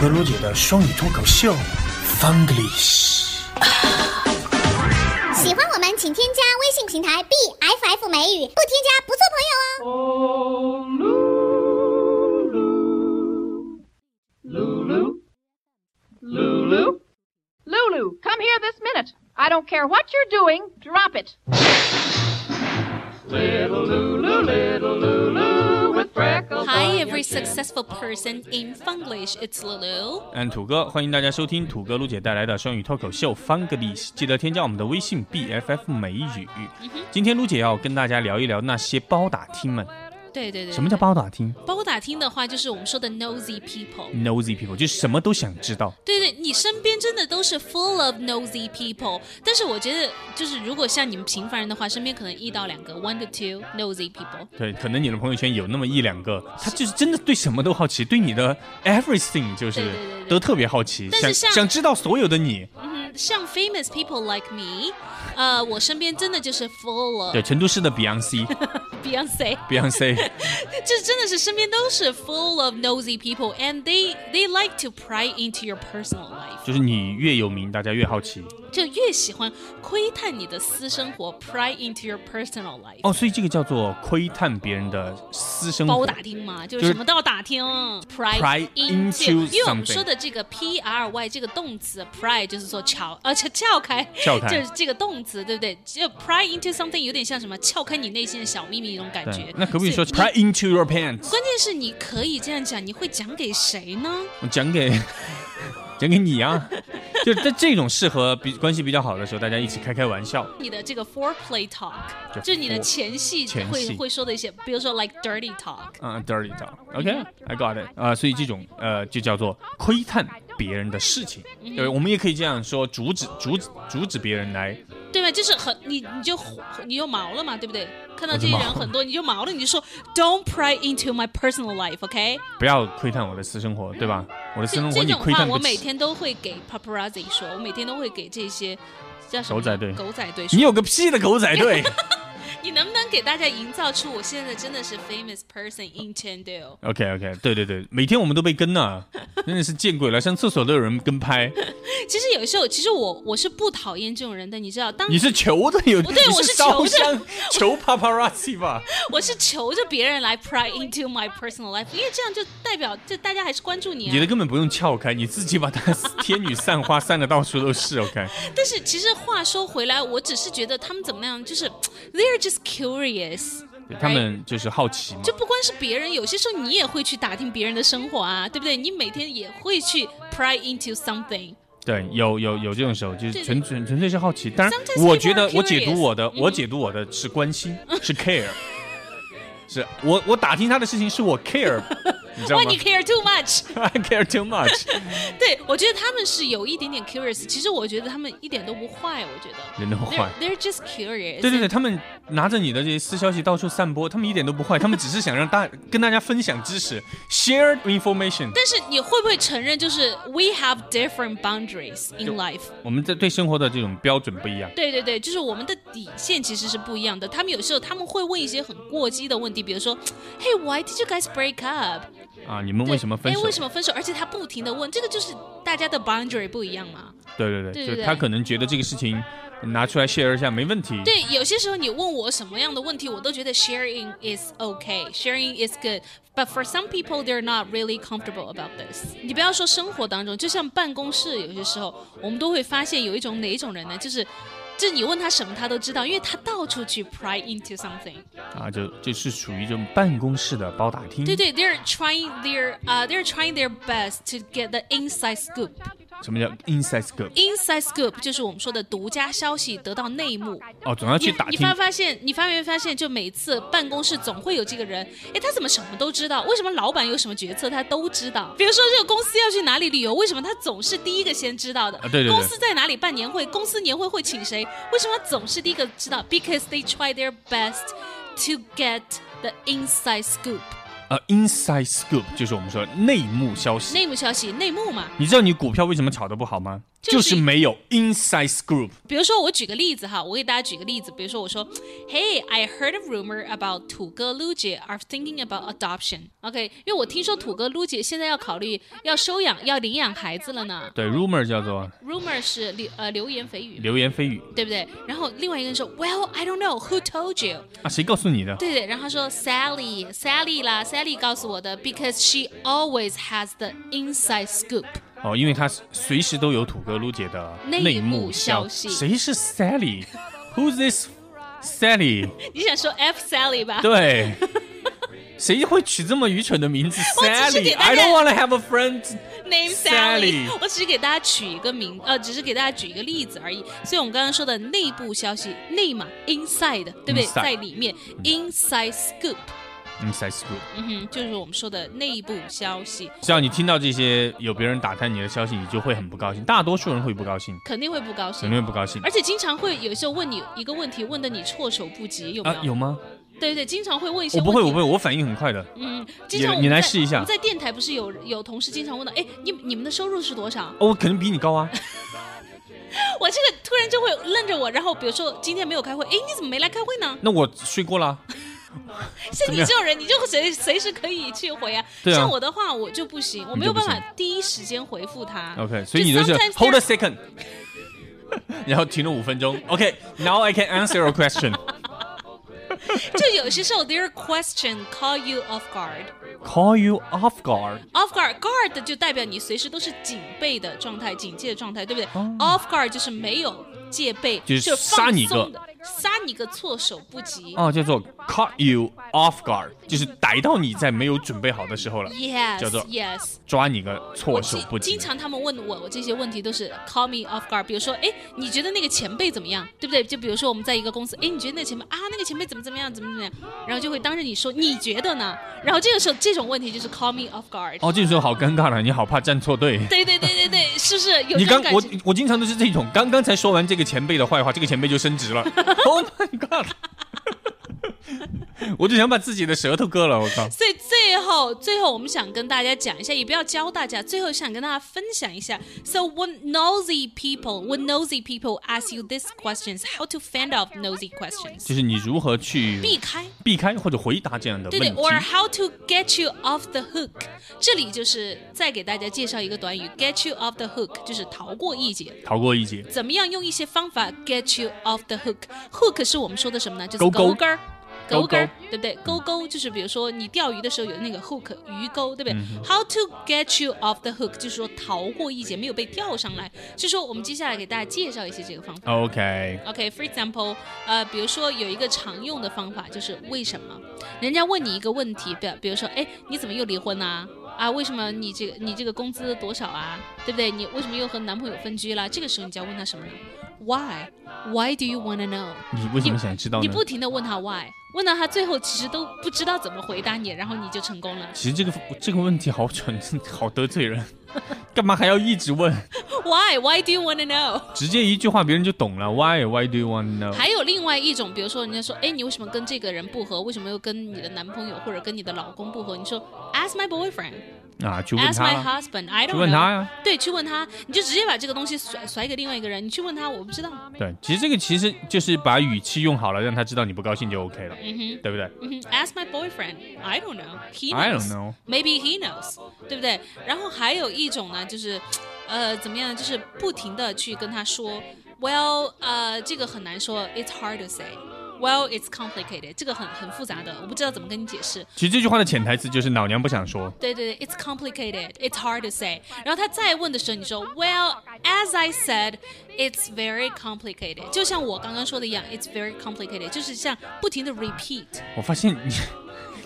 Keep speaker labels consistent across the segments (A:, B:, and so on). A: 格罗姐的双语脱口秀 f u n g l i s h
B: 喜欢我们，请添加微信平台 b f f 美语，不添加不做朋友哦。
C: Oh, Lulu. Lulu. Lulu.
D: Lulu, come here this minute. I don't care what you're doing, drop it.
C: Little Lulu, little Lulu with freckles. on
E: Hi,
C: your
E: every
C: chin.
E: successful person in Funglish, it's Lulu。
F: 嗯，土哥，欢迎大家收听土哥卢姐带来的双语脱口秀 Funglish，记得添加我们的微信 BFF 美语。
E: 嗯
F: 今天卢姐要跟大家聊一聊那些包打听们。
E: 对对对，
F: 什么叫包打听
E: 包打听的话，就是我们说的 nosy people。
F: ？Nosy people 就是什么都想知道。
E: 对对，你身边真的都是 full of nosy people。但是我觉得，就是如果像你们平凡人的话，身边可能一到两个 one to two nosy people。
F: 对，可能你的朋友圈有那么一两个，他就是真的对什么都好奇，对你的 everything 就是
E: 对对对对
F: 都特别好奇，
E: 但是
F: 想
E: 像
F: 想知道所有的你。
E: 嗯，像 famous people like me，呃，uh, 我身边真的就是 full of
F: 对，成都市的 Beyonce，Beyonce，
E: Beyonce。这真的是身边都是 full of nosy people, and they they like to pry into your personal life，
F: 就是你越有名，大家越好奇。
E: 就越喜欢窥探你的私生活，pry into your personal life。
F: 哦，所以这个叫做窥探别人的私生活。
E: 包打听嘛，就是
F: 就是
E: 什么都要打听，pry
F: pry
E: into，
F: into
E: 因为我们
F: something
E: 说的这个 p r y 这个动词 pry 就是说撬，而且撬开，
F: 撬开
E: 就是这个动词，对不对？就 pry into something 有点像什么撬开你内心的小秘密那种感觉
F: 对，。那可不可以
E: 所
F: 说
E: 你
F: try into your pants？
E: 关键是你可以这样讲，你会讲给谁呢？
F: 我讲给讲给你啊，就是在这种适合比关系比较好的时候，大家一起开开玩笑。
E: 你的这个 foreplay talk，
F: 就
E: 就是你的
F: fore-
E: 前戏
F: 前
E: 会
F: 戏
E: 会说的一些，比如说 like dirty talk。
F: 嗯，dirty talk，OK，I、got it。啊、所以这种呃就叫做窥探别人的事情，对，我们也可以这样说，阻止阻止阻止别人来，
E: 对吧？就是很你你就你就毛了嘛，对不对？看到
F: 我就
E: 这些
F: 毛
E: 人
F: 了
E: 很多，你就毛了，你就说 Don't pry into my personal life，OK？、
F: 不要窥探我的私生活，对吧？我的私
E: 这
F: 生活
E: 这
F: 你
E: 种
F: 窥
E: 话
F: 探
E: 我
F: 不
E: 每
F: 起。
E: 天都会给 paparazzi 说，我每天都会给这些叫什么
F: 狗仔队
E: 狗仔队
F: 你
E: 说。
F: 有个屁的狗仔队
E: 你能不能给大家营造出我现在真的是 famous person in Chengdu？
F: ！OK OK，对对对，每天我们都被跟呢，真的是见鬼了，上厕所都有人跟拍。
E: 其实有时候，其实我我是不讨厌这种人的，你知道，当
F: 你是求着有，
E: 不对
F: 你
E: 我
F: 是
E: 是
F: 烧
E: 求着
F: 香 求 paparazzi 吧？
E: 我是求着别人来 pry into my personal life，因为这样就代表就大家还是关注你、啊。
F: 你的根本不用撬开，你自己把它 天女散花散的到处都是。OK，
E: 但是其实话说回来，我只是觉得他们怎么样，就是 they're just curious，
F: 对他们就是好奇嘛。
E: 就不光是别人，有些时候你也会去打听别人的生活啊，对不对？你每天也会去 pry into something。
F: 对，有有有这种时候，就是
E: 对
F: 纯纯纯粹是好奇。当然
E: Sometimes，people
F: 我觉得
E: are
F: 我解读
E: curious 嗯
F: 我的，我解读我的是关心，是 care，是我我打听他的事情是我 care，你知道
E: 哇，
F: 吗
E: 你 care too much。
F: ？I care too much。
E: 对，我觉得他们是有一点点 curious。其实我觉得他们一点都不坏，我觉得
F: 人都坏。
E: They're, they're just curious。
F: 对对对，他们拿着你的这些私消息到处散播，他们一点都不坏，他们只是想让大跟大家分享知识，share information。
E: 但是你会不会承认，就是 we have different boundaries
F: 就
E: in life？
F: 我们在对生活的这种标准不一样。
E: 对对对，就是我们的底线其实是不一样的。他们有时候他们会问一些很过激的问题，比如说，Hey, why did you guys break up？
F: 啊，你们
E: 对
F: 为什么分手
E: 哎，？为什么分手？而且他不停的问，这个就是大家的 boundary 不一样嘛。
F: 对对
E: 对
F: 对，
E: 对
F: 就
E: 对
F: 他可能觉得这个事情拿出来 share 一下没问题。
E: 对，有些时候你问我什么样的问题，我都觉得 sharing is okay, sharing is good. But for some people, they're not really comfortable about this. 你不要说生活当中，就像办公室，有些时候我们都会发现有一种哪一种人呢，就是。就你问他什么，他都知道，因为他到处去 pry into something。
F: 啊，就就是属于这种办公室的包打听。
E: 对，对，they're trying their 啊、t h e y r e trying their best to get the inside scoop。
F: 什么叫 inside scoop？
E: inside scoop 就是我们说的独家消息，得到内幕。
F: 哦，总要去
E: 你
F: 打
E: 你
F: 听
E: 发。发现，你发没发现，就每次办公室总会有这个人，哎，他怎么什么都知道？为什么老板有什么决策他都知道？比如说这个公司要去哪里旅游，为什么他总是第一个先知道的？
F: 啊对对对
E: 公司在哪里办年会，公司年会会请谁，为什么他总是第一个知道？Because they try their best to get the inside scoop，
F: 呃，inside scoop 就是我们说内幕消息。
E: 内幕消息，内幕嘛。
F: 你知道你股票为什么炒得不好吗？就是没有 inside scoop。
E: 比如说，我举个例子哈，我给大家举个例子，比如说我说，Hey, I heard a rumor about 土哥 l u j i are thinking about adoption. OK，因为我听说土哥 l u j i 现在要考虑要收养、要领养孩子了呢。
F: 对，rumor 叫做
E: Rumor 是流呃流言蜚语，
F: 流言蜚语
E: 对不对？然后另外一个人说，Well, I don't know who told you.
F: 啊，谁告诉你的？
E: 对对，然后他说 Sally Sally 啦，Sally 告诉我的，because she always has the inside scoop。
F: 哦，因为他随时都有土哥撸姐的
E: 内幕
F: 幕
E: 消
F: 消
E: 息
F: 谁是 Sally？Who's this Sally？
E: 你想说 F Sally 吧？
F: 对，谁会取这么愚蠢的名字
E: 只是给大家
F: ？Sally，I don't wanna have a friend。
E: Name
F: Sally
E: Sally，我只是给大家取一个名，呃，只是给大家举一个例子而已。所以我们刚刚说的内部消息，内嘛，inside，对不对
F: Inside 嗯
E: 在里面，inside scoop，
F: Inside scoop。
E: 嗯哼，就是我们说的内部消息，
F: 只要你听到这些有别人打探你的消息，你就会很不高兴。大多数人会不高兴，
E: 肯定会不高兴
F: 肯。定会不高兴
E: 而。且经常会有时候问你一个问题，问的你措手不及，有没
F: 啊
E: 有？，
F: 有吗？
E: 对对，经常会问一些
F: 我
E: 问
F: 不
E: 题。
F: 会，我不会，我反应很快的。
E: 嗯，经常我们
F: 你来
E: 在
F: 试一下
E: 我们在电台不是有有同事经常问到，哎，你你们的收入是多少？
F: 哦，我肯定比你高啊！
E: 我这个突然就会愣着我，然后比如说今天没有开会，哎，你怎么没来开会呢？
F: 那我睡过了啊，
E: 像你
F: 怎么样
E: 这种人，你就随随时可以去回啊。
F: 对啊
E: 像我的话，我就不行，我没有办
F: 你
E: 法
F: 就
E: 第一时间回复他。
F: OK，所以你就是
E: sometimes
F: hold a
E: they're-
F: second，然后停了五分钟。OK，now、I can answer your question.
E: 就有些时候，their question call you off guard。
F: Call you off guard.
E: off guard guard 就代表你随时都是警备的状态，警戒的状态，对不对、o f f guard 就是没有戒备，
F: 哦就
E: 是
F: 是杀你一个
E: 放松的，杀你个措手不及。
F: 哦，叫做 caught you off guard，就是逮到你在没有准备好的时候了
E: Yes,
F: 叫做
E: yes。
F: 抓你个措
E: 我
F: 手
E: 经
F: 不及
E: 经。常他们问我我这些问题都是 call me off guard，比如说，哎，你觉得那个前辈怎么样，对不对？就比如说我们在一个公司，哎，你觉得那个前辈啊，那个前辈怎么怎么样，怎么怎么样，然后就会当着你说你觉得呢？然后这个时候这种问题就是 call me off guard。
F: 哦，这时候好尴尬了，你好怕站错队。
E: 对对对对 对，是不是有
F: 你
E: 这
F: 刚
E: 种感
F: 我
E: 觉？
F: 我经常都是这种，刚刚才说完这个前辈的坏话，这个前辈就升 职了。oh my god！我 就想把自己的舌头割了，我靠！
E: 所以最后，最后我们想跟大家讲一下，也不要教大家，最后想跟大家分享一下。So when nosy people, when nosy people ask you these questions, how to fend off nosy questions？
F: 就是你如何去
E: 避开。
F: 避开或者回答这样的
E: 对
F: 问
E: 对
F: 题。
E: ，or how to get you off the hook，这里就是再给大家介绍一个短语，get you off the hook，就是逃过一劫。
F: 逃过一劫。
E: 怎么样用一些方法 get you off the hook？hook 是我们说的什么呢？就是
F: 钩钩
E: 钩儿。钩
F: 钩钩
E: 钩儿，对不对？钩钩就是比如说你钓鱼的时候有那个 hook 鱼钩，对不对、h
F: 嗯
E: o w to get you off the hook 就是说逃过一劫，没有被钓上来。就说我们接下来给大家介绍一些这个方法。
F: OK，
E: OK，for、example，呃，比如说有一个常用的方法就是为什么？人家问你一个问题，比比如说，哎，你怎么又离婚啦、啊？为什么你这个你这个工资多少啊？对不对？你为什么又和男朋友分居啦？这个时候你就要问他什么呢？Why? Why do you wanna know？
F: 你为什么想知道呢？
E: 你不停的问他 why，问到他最后其实都不知道怎么回答你，然后你就成功了。
F: 其实这个这个问题好蠢，好得罪人， 干嘛还要一直问？
E: Why? Why do you wanna know？
F: 直接一句话别人就懂了。Why? Why do you want to know?
E: 还有另外一种，比如说人家说，哎，你为什么跟这个人不和？为什么又跟你的男朋友或者跟你的老公不和？你说，ask my boyfriend，ask
F: 啊，去问
E: my
F: 他，
E: husband，I don't
F: 去问他啊
E: know。
F: 呀。
E: 对，去问他，你就直接把这个东西甩甩给另外一个人，你去问他，我不知道。
F: 对，其实这个其实就是把语气用好了，让他知道你不高兴就 OK 了，
E: 嗯哼，
F: 对不对
E: 嗯哼，ask my boyfriend，I don't know，he
F: ？I
E: knows
F: don't。know。
E: Maybe he knows，对不对？然后还有一种呢，就是，呃，怎么样呢？就是不停的去跟他说，Well，呃，这个很难说，It's hard to say。Well, it's complicated，这个很很复杂的，我不知道怎么跟你解释。
F: 其实这句话的潜台词就是老娘不想说。
E: 对对对，It's complicated, it's hard to say。然后他再问的时候，你说，Well, as I said, it's very complicated。就像我刚刚说的一样，It's very complicated，就是像不停的 repeat。
F: 我发现你。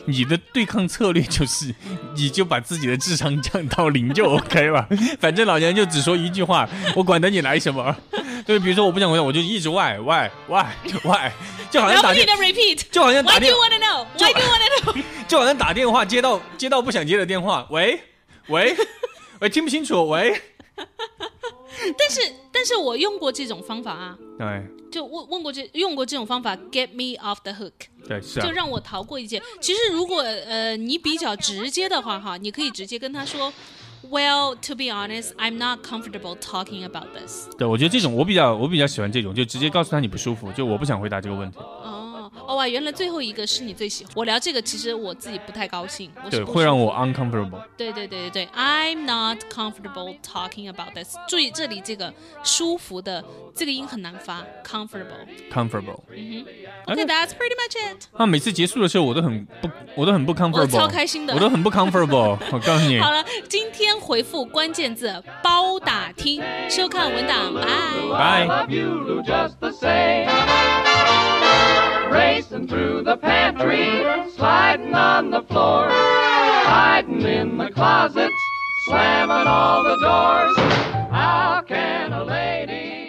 F: 你的对抗策略就是， 你就把自己的智商降到零就 OK 了。 反正老娘就只说一句话， 我管得你来什么？ 对，比如说我不想回答，我就一直 why why why why，就 好像
E: 然后
F: 打
E: 不停
F: 电
E: 的，repeat。
F: 就好像打
E: Why do
F: 电
E: you，wanna know? Why do you wanna know?
F: 就好像打电话接到接到不想接的电话，喂喂 喂，听不清楚，喂，
E: 但是，但是我用过这种方法啊，
F: 对
E: 就问问过这用过这种方法，get me off the hook，
F: 对是啊
E: 就，让我逃过一劫。其实如果呃你比较直接的话哈，你可以直接跟他说 Well, to be honest, I'm not comfortable talking about this.
F: 对，我觉得这种我比较我比较喜欢这种，就直接告诉他你不舒服，就我不想回答这个问题。
E: 哦，哦哇，原来最后一个是你最喜欢。我聊这个，其实我自己不太高兴，我是
F: 对，
E: 不
F: 会
E: 舒
F: 让
E: 服
F: 我 uncomfortable。
E: 对对对对对，I'm not comfortable talking about this。注意这里这个舒服的这个音很难发，comfortable。
F: 啊 comfortable。
E: Okay, that's pretty much it。
F: 啊，每次结束的时候我都很不，我都很不 comfortable，
E: 我超开心的
F: 我都很不 comfortable。我告诉你，
E: 好了，今天回复关键字“包打听”，收看文档，拜。
F: 拜。
C: love you, Lou, just the same. Racing through the pantry, sliding on the floor, hiding in the closets, slamming all the doors. How can a lady?